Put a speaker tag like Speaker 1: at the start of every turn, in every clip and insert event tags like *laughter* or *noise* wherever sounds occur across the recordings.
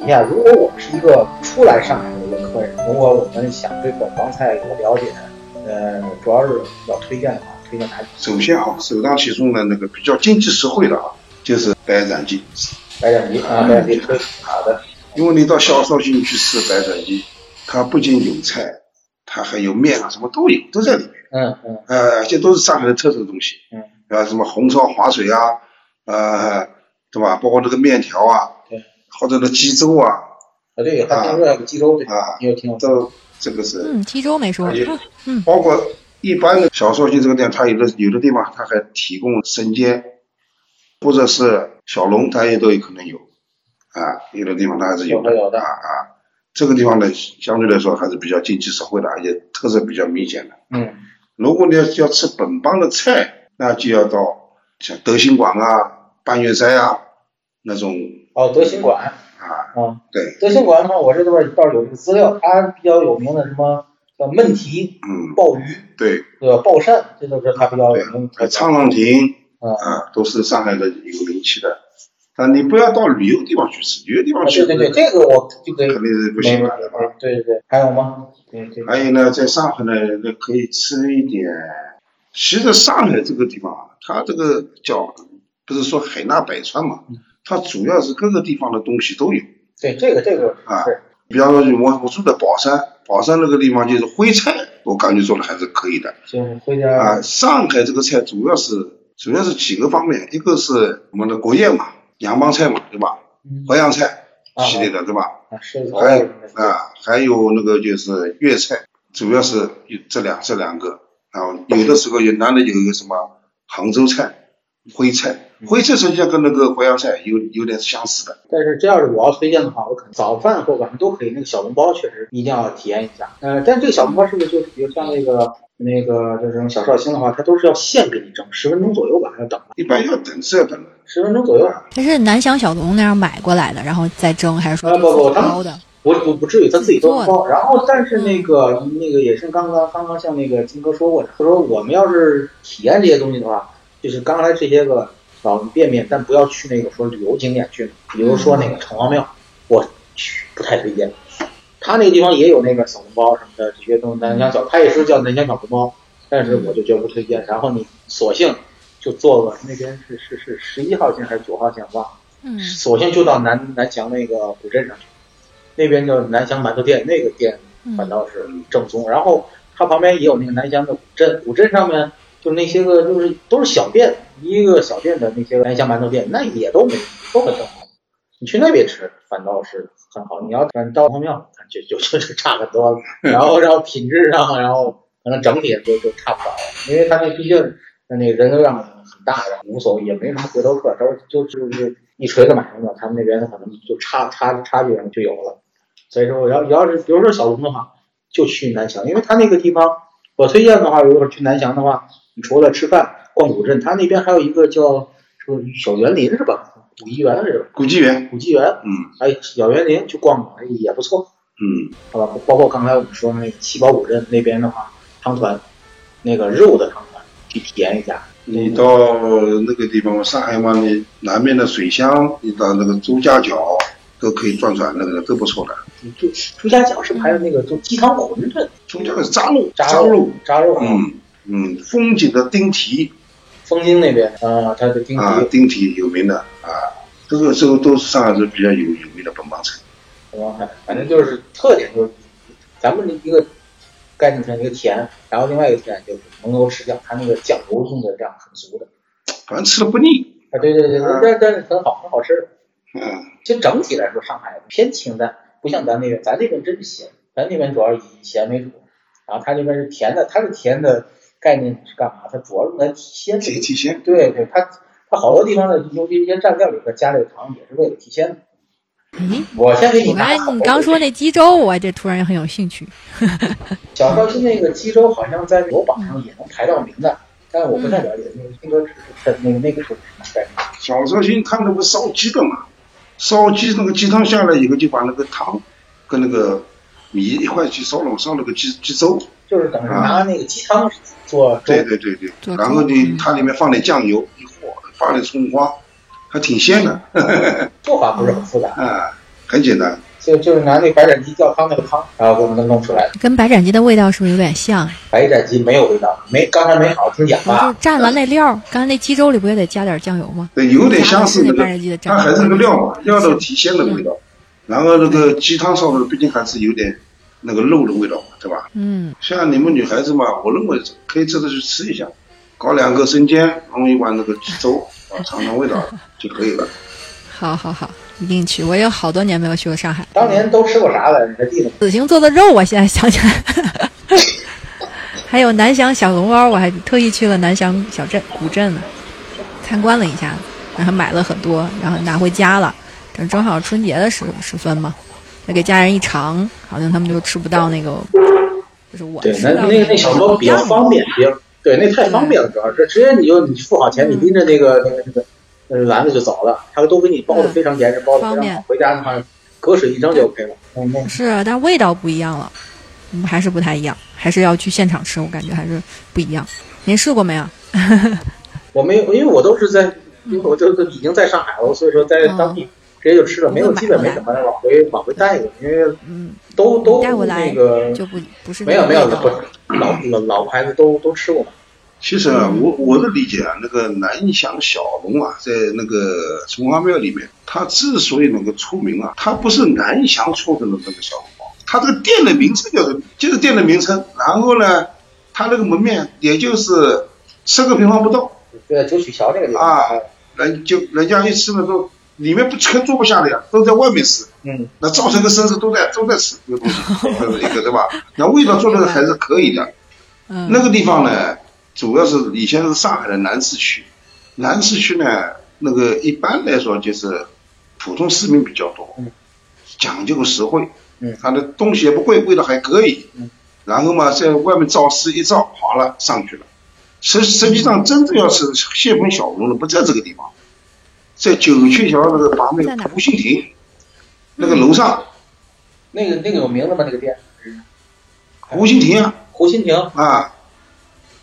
Speaker 1: 你看，如果我们是一个初来上海的一个客人，如果我们想对广帮菜有了解，呃，主要是要推荐的话，推荐哪几
Speaker 2: 首先啊，首当其冲的那个比较经济实惠的啊，就是白斩鸡，
Speaker 1: 白斩鸡啊？白斩鸡推好的，
Speaker 2: 因为你到小绍兴去吃白斩鸡，它不仅有菜，它还有面啊，什么都有，都在里面。
Speaker 1: 嗯嗯
Speaker 2: 呃，这都是上海的特色东西。
Speaker 1: 嗯，
Speaker 2: 啊，什么红烧划水啊，呃，对吧？包括那个面条啊，
Speaker 1: 对，
Speaker 2: 或者那鸡粥啊，
Speaker 1: 啊对，还听说有个济州对
Speaker 2: 啊，
Speaker 1: 也有听说
Speaker 2: 都这个是
Speaker 3: 嗯，鸡粥没说。
Speaker 1: 哎
Speaker 2: 也
Speaker 3: 嗯嗯
Speaker 2: 包括一般的小绍兴这个店，它有的有的地方它还提供生煎，或者是小笼，它也都有可能有，啊，有的地方它还是有的
Speaker 1: 有的有的
Speaker 2: 啊啊。这个地方呢，相对来说还是比较经济实惠的，而且特色比较明显的。
Speaker 1: 嗯
Speaker 2: 如果你要要吃本帮的菜，那就要到像德兴馆啊、半月斋啊那种
Speaker 1: 哦，德兴馆
Speaker 2: 啊，
Speaker 1: 啊，
Speaker 2: 对，
Speaker 1: 德兴馆的话，我这边倒是有这个资料，它比较有名的什么叫焖蹄、
Speaker 2: 嗯，
Speaker 1: 鲍鱼，
Speaker 2: 对，
Speaker 1: 对吧？鲍扇，这都是它比较
Speaker 2: 对
Speaker 1: 有名，
Speaker 2: 还
Speaker 1: 的。
Speaker 2: 沧浪亭。
Speaker 1: 啊，
Speaker 2: 啊，都是上海的有名气的。但你不要到旅游地方去吃，旅游地
Speaker 1: 啊
Speaker 2: 方去
Speaker 1: 对对对，这个我就可以嗯
Speaker 2: 肯定是不行了，对吧？
Speaker 1: 对对对，还有吗？嗯对对，
Speaker 2: 还有呢，在上海呢，那可以吃一点。其实上海这个地方啊，它这个叫不是说海纳百川嘛，
Speaker 1: 嗯
Speaker 2: 它主要是各个地方的东西都有
Speaker 1: 对这个这个
Speaker 2: 啊
Speaker 1: 是。
Speaker 2: 比方说，我我住在宝山，宝山那个地方就是徽菜，我感觉做的还是可以的。
Speaker 1: 就是回家
Speaker 2: 啊，上海这个菜主要是主要是几个方面，一个是我们的国宴嘛，洋帮菜嘛，对吧？
Speaker 1: 嗯
Speaker 2: 淮扬菜
Speaker 1: 啊
Speaker 2: 系列的，对吧？
Speaker 1: 啊，狮子头
Speaker 2: 还有啊，还有那个就是粤菜，主要是有这两这两个。然后有的时候有南的有一个什么杭州菜、徽菜，徽菜实际上跟那个淮扬菜有有点相似的。
Speaker 1: 但是这要是我要推荐的话，我可能早饭或晚上都可以。那个小笼包确实一定要体验一下。呃，但这个小笼包是不是就是比如像那个那个就是这种小绍兴的话，它都是要现给你蒸，十分钟左右吧，要等吧，
Speaker 2: 一般要等是要等的，
Speaker 1: 十分钟左右。
Speaker 3: 它是南翔小笼那样买过来的，然后再蒸，还是说
Speaker 1: 啊不不他们
Speaker 3: 包的？
Speaker 1: 我我不至于他自己做嗯包，然后但是那个那个也是刚刚刚刚像那个金哥说过的，他说我们要是体验这些东西的话，就是刚才这些个老便便，但不要去那个说旅游景点去，比如说那个城隍庙，我去不太推荐。他那个地方也有那个小笼包什么的这些东西，南翔小，他也是叫南翔小笼包，但是我就觉得不推荐。然后你索性就坐个那边是是是十一号线还是九号线忘了。
Speaker 3: 嗯，
Speaker 1: 索性就到南南翔那个古镇上去，那边叫南翔馒头店，那个店
Speaker 3: 嗯
Speaker 1: 反倒是正宗。然后它旁边也有那个南翔的古镇，古镇上面就那些个就是都是小店，一个小店的那些南翔馒头店，那也都没都很正宗。你去那边吃反倒是很好，你要你到黄庙就就 *laughs* 就就差很多了，然后然后品质上，然后可能整体就就差不少了，因为它那毕竟那个人流量很大，然后无所谓，也没什么回头客，都就就是一锤子买上的，他们那边可能就差差差距就有了。所以说，我要要是比如说小龙的话，就去南翔，因为他那个地方，我推荐的话，如果去南翔的话，你除了吃饭、逛古镇，他那边还有一个叫什么小园林是吧？古一园是吧？
Speaker 2: 古纪元，
Speaker 1: 古纪园，
Speaker 2: 嗯
Speaker 1: 哎，小园林去逛逛哎也不错。
Speaker 2: 嗯，
Speaker 1: 好吧，包括刚才我们说的那个七宝古镇那边的话，汤团，那个肉的汤团，去体验一下。
Speaker 2: 你到那个地方，上海嘛，你南面的水乡，你到那个朱家角都可以转转，那个都不错的。
Speaker 1: 就朱家角是不是还有那个就鸡汤馄饨、
Speaker 2: 中间的扎路，
Speaker 1: 扎
Speaker 2: 路
Speaker 1: 肉，、扎肉，，啊
Speaker 2: 嗯嗯，风景的丁蹄
Speaker 1: 枫泾那边啊，它的丁
Speaker 2: 啊
Speaker 1: 蹄，
Speaker 2: 丁蹄有名的啊，这个这个都是上海是比较有有名的本帮菜。
Speaker 1: 什么，反正就是特点就是，咱们的一个概念上一个甜，然后另外一个特点就是能够吃酱，它那个酱油用的量很足的。
Speaker 2: 反正吃了不腻。
Speaker 1: 啊，对对对，
Speaker 2: 嗯
Speaker 1: 但但是很好，很好吃。
Speaker 2: 嗯，
Speaker 1: 其实整体来说，上海偏清淡，不像咱那边，咱那边真是咸，咱那边主要以咸为主，然后它这边是甜的，它是甜的概念是干嘛？它主要用来提鲜
Speaker 2: 提
Speaker 1: 的。
Speaker 2: 提鲜，
Speaker 1: 对对，它它好多地方的，尤其一些蘸料里边加这个糖，也是为了提鲜的。
Speaker 3: 哎，
Speaker 1: 我先给你
Speaker 3: 我
Speaker 1: 拿
Speaker 3: 刚
Speaker 1: 一
Speaker 3: 才
Speaker 1: 口
Speaker 3: 你刚说那鸡粥，我这突然很有兴趣。
Speaker 1: 小赵是那个鸡粥，好像在某榜上也能排到名的，但我不太了解，那个听歌只是那个那个时候在
Speaker 2: 小绍兴他们那不是烧鸡的嘛，烧鸡那个鸡汤下来以后，就把那个糖跟那个米一块去烧了，烧了个鸡鸡粥。
Speaker 1: 就是等于拿那个鸡汤做粥
Speaker 2: 对，对对对，
Speaker 3: 做粥
Speaker 2: 然后你
Speaker 3: 嗯
Speaker 2: 它里面放点酱油，一和，放点葱花，还挺鲜的
Speaker 1: 做法不是很复杂，
Speaker 2: 啊，很简单。
Speaker 1: 就就是拿那白斩鸡吊汤那个汤，然后给我们弄出来。
Speaker 3: 跟白斩鸡的味道是不是有点像？
Speaker 1: 白斩鸡没有味道，没刚才没好好听讲
Speaker 3: 我就
Speaker 1: 吧？
Speaker 3: 蘸完那料儿，刚才那鸡粥里不也得加点酱油吗？
Speaker 2: 对，有点相似
Speaker 3: 加
Speaker 2: 那
Speaker 3: 的是那白斩鸡的
Speaker 2: 个，
Speaker 3: 蘸
Speaker 2: 它还是那个料嘛，料的提鲜的味道。然后那个鸡汤烧的，毕竟还是有点那个肉的味道嘛，对吧？
Speaker 3: 嗯，
Speaker 2: 像你们女孩子嘛，我认为可以这次去吃一下，搞两个生煎，弄一碗那个鸡粥啊，尝尝味道就可以了。
Speaker 3: 好好好，一定去。我有好多年没有去过上海。
Speaker 1: 当年都吃过啥来着？你还记得吗？
Speaker 3: 紫星做的肉，我现在想起来。 *laughs* 还有南翔小笼包，我还特意去了南翔小镇古镇呢，参观了一下，然后买了很多，然后拿回家了。正正好春节的时时分嘛，那给家人一尝，好像他们就吃不到那个，就是我
Speaker 1: 对，
Speaker 3: 吃
Speaker 1: 那
Speaker 3: 到
Speaker 1: 那那小
Speaker 3: 肉
Speaker 1: 锅比较
Speaker 3: 酱
Speaker 1: 方便，比较对，那太方便了，主要是直接你就你付好
Speaker 3: 嗯
Speaker 1: 钱，你拎着那个那个那个呃篮子就走了，他都给你包的非常严实，包
Speaker 3: 嗯
Speaker 1: 的
Speaker 3: 方
Speaker 1: 非常
Speaker 3: 便
Speaker 1: 好，回家的话隔水一蒸就 OK 了。嗯，那
Speaker 3: 是啊，但味道不一样了，嗯，还是不太一样，还是要去现场吃，我感觉还是不一样。您试过没啊有？
Speaker 1: 我没有，因为我都是在，因为我都都已经在上海了，所以说在当地直接就吃了，
Speaker 3: 嗯嗯
Speaker 1: 没有基本没怎么往回往回带过，因为
Speaker 3: 嗯，
Speaker 1: 都都
Speaker 3: 带回来
Speaker 1: 那个
Speaker 3: 就不不是
Speaker 1: 没
Speaker 3: 那
Speaker 1: 有
Speaker 3: 个
Speaker 1: 没有
Speaker 3: 味道
Speaker 1: 不是老老老牌子都都吃过嘛，
Speaker 2: 其实啊，我我的理解啊，那个南翔小笼啊，在那个崇华庙里面，它之所以能够出名啊，它不是南翔出的那个小笼包，它这个店的名称叫做就是店的名称，然后呢，它那个门面也就是十个平方不到，
Speaker 1: 对，九曲桥这个地方
Speaker 2: 啊人就人家一吃呢都里面不全坐不下的呀，都在外面吃，
Speaker 1: 嗯，
Speaker 2: 那造成个身子都在都在吃这个东西， *laughs* 一个对吧？那味道做的还是可以的，
Speaker 3: 嗯，
Speaker 2: 那个地方呢，主要是以前是上海的南市区，南市区呢，那个一般来说就是普通市民比较多
Speaker 1: 嗯，
Speaker 2: 讲究实惠，
Speaker 1: 嗯
Speaker 2: 它的东西也不贵，味道还可以
Speaker 1: 嗯，
Speaker 2: 然后嘛，在外面造势一造，好了上去了。实实际上，真正要吃蟹粉小笼的不在这个地方，在九曲桥那个旁
Speaker 3: 在
Speaker 2: 边
Speaker 3: 哪
Speaker 2: 的湖心亭，那个楼
Speaker 1: 嗯
Speaker 2: 上
Speaker 1: 那个那个有名字吗？那个店
Speaker 2: 湖心亭啊
Speaker 1: 湖心亭，
Speaker 2: 啊，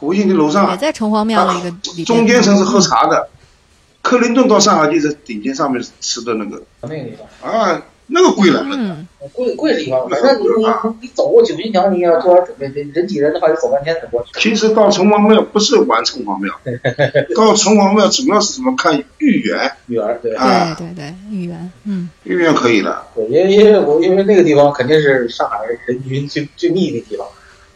Speaker 2: 湖心亭楼上啊
Speaker 3: 也在城隍庙的一个里边嗯
Speaker 2: 中间层是喝茶的，克林顿到上海就是顶尖上面吃的那个
Speaker 1: 那个地方
Speaker 2: 啊，那个贵了。
Speaker 3: 嗯，
Speaker 1: 贵贵的地方，反正你你你走过九曲桥，你也要做好准备，人人挤人的话，你走半天才过去。
Speaker 2: 其实到城隍庙不是玩城隍
Speaker 3: *laughs*
Speaker 2: 庙，到城隍庙主要是什么看豫园，
Speaker 1: 女儿对
Speaker 2: 啊
Speaker 3: 对对对，豫园，嗯，
Speaker 2: 豫园可以了。
Speaker 1: 对，因为因为我因为那个地方肯定是上海人群最最密的地方，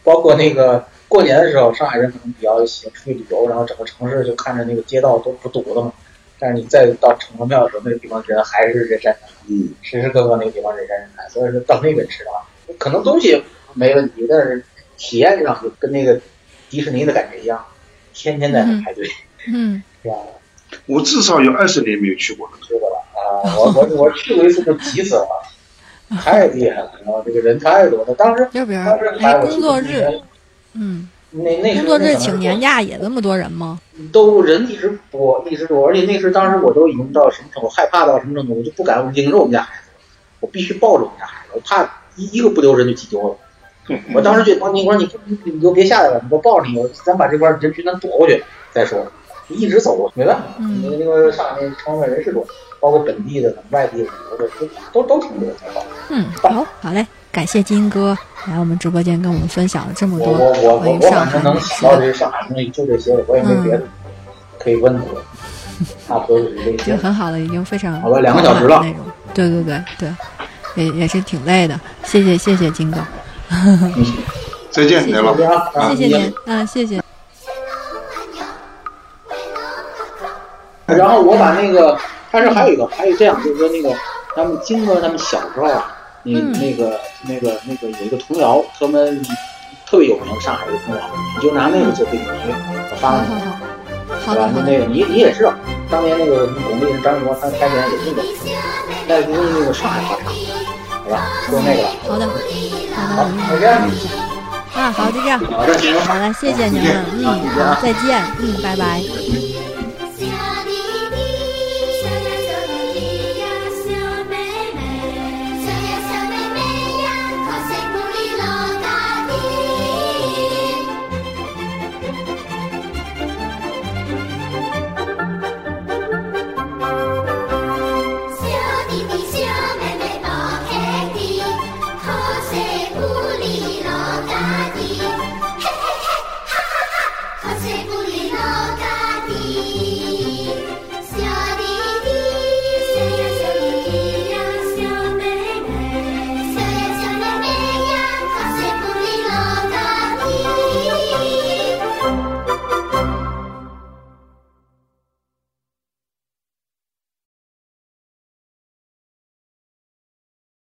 Speaker 1: 包括那个过年的时候，上海人可能比较喜欢出去旅游，然后整个城市就看着那个街道都不堵的嘛。但是你再到城隍庙的时候，那个地方人还是人山人海，
Speaker 2: 嗯，
Speaker 1: 时时刻刻那个地方人山人海。所以说到那边吃的话，可能东西没问题，但是体验上就跟那个迪士尼的感觉一样，天天在那排队，
Speaker 3: 嗯，
Speaker 1: 是吧？
Speaker 2: 我至少有二十年没有去过了。
Speaker 1: 吃过了啊，我我我去过一次就急死了，太厉害了，然后这个人太多了，当时。
Speaker 3: 要不然
Speaker 1: 当时
Speaker 3: 哎
Speaker 1: 还，有
Speaker 3: 工作日，嗯，
Speaker 1: 那那时
Speaker 3: 工
Speaker 1: 候
Speaker 3: 作
Speaker 1: 那
Speaker 3: 日
Speaker 1: 时候
Speaker 3: 请年假也这么多人吗？
Speaker 1: 都人一直多，一直多，而且那时当时我都已经到什么程度，害怕到什么程度，我就不敢领着我们家孩子，我必须抱着我们家孩子，我怕一一个不留神就挤丢了。我当时就帮你我说你不你你就别下来了，你给我抱着你，我咱把这块人群咱躲过去再说。你一直走过去，没办法，
Speaker 3: 嗯
Speaker 1: 你那个上海那城外人是多，包括本地的、外地的，都都都挺多的。
Speaker 3: 嗯，好，好嘞，感谢金哥来我们直播间跟我们分享了这么
Speaker 1: 我
Speaker 3: 多
Speaker 1: 我我
Speaker 3: 关
Speaker 1: 我
Speaker 3: 于
Speaker 1: 我
Speaker 3: 上
Speaker 1: 反
Speaker 3: 海
Speaker 1: 正能
Speaker 3: 美
Speaker 1: 想
Speaker 3: 食
Speaker 1: 到
Speaker 3: 的，嗯
Speaker 1: 这上海东西就这些了，我也没别的可以问的，差不多就是这
Speaker 3: 已经 *laughs*
Speaker 1: 些。
Speaker 3: 很好了，已经非常
Speaker 1: 好吧两个小时了
Speaker 3: 那种，对对对对，也也是挺累的，谢谢谢谢金哥，
Speaker 2: 再见，来
Speaker 1: 好
Speaker 2: 了。
Speaker 1: 的啊，
Speaker 3: 谢谢您，嗯，谢谢。
Speaker 1: 然后我把那个，但是还有一个，还有这样，就是说那个，他们金哥他们小时候啊，那、
Speaker 3: 嗯
Speaker 1: 那个那个那个有一个童谣，他们特别有名，上海的童谣，你就拿那个做背景音乐，我发
Speaker 3: 好
Speaker 1: 给
Speaker 3: 好
Speaker 1: 你，
Speaker 3: 好，好
Speaker 1: 啊对吧
Speaker 3: 嗯的？好
Speaker 1: 那
Speaker 3: 的，
Speaker 1: 那个你你也知道，当年那个巩俐、张艺谋他们拍电影有那个，再就是那个上海话茶，好吧？说那个了，
Speaker 3: 好的，
Speaker 1: 好
Speaker 3: 好的，，
Speaker 1: 再见。
Speaker 3: 啊，好，就这样，
Speaker 1: 好的，行。啊
Speaker 3: 好了，谢谢您们，嗯，好，再见，嗯，拜拜。
Speaker 2: 嗯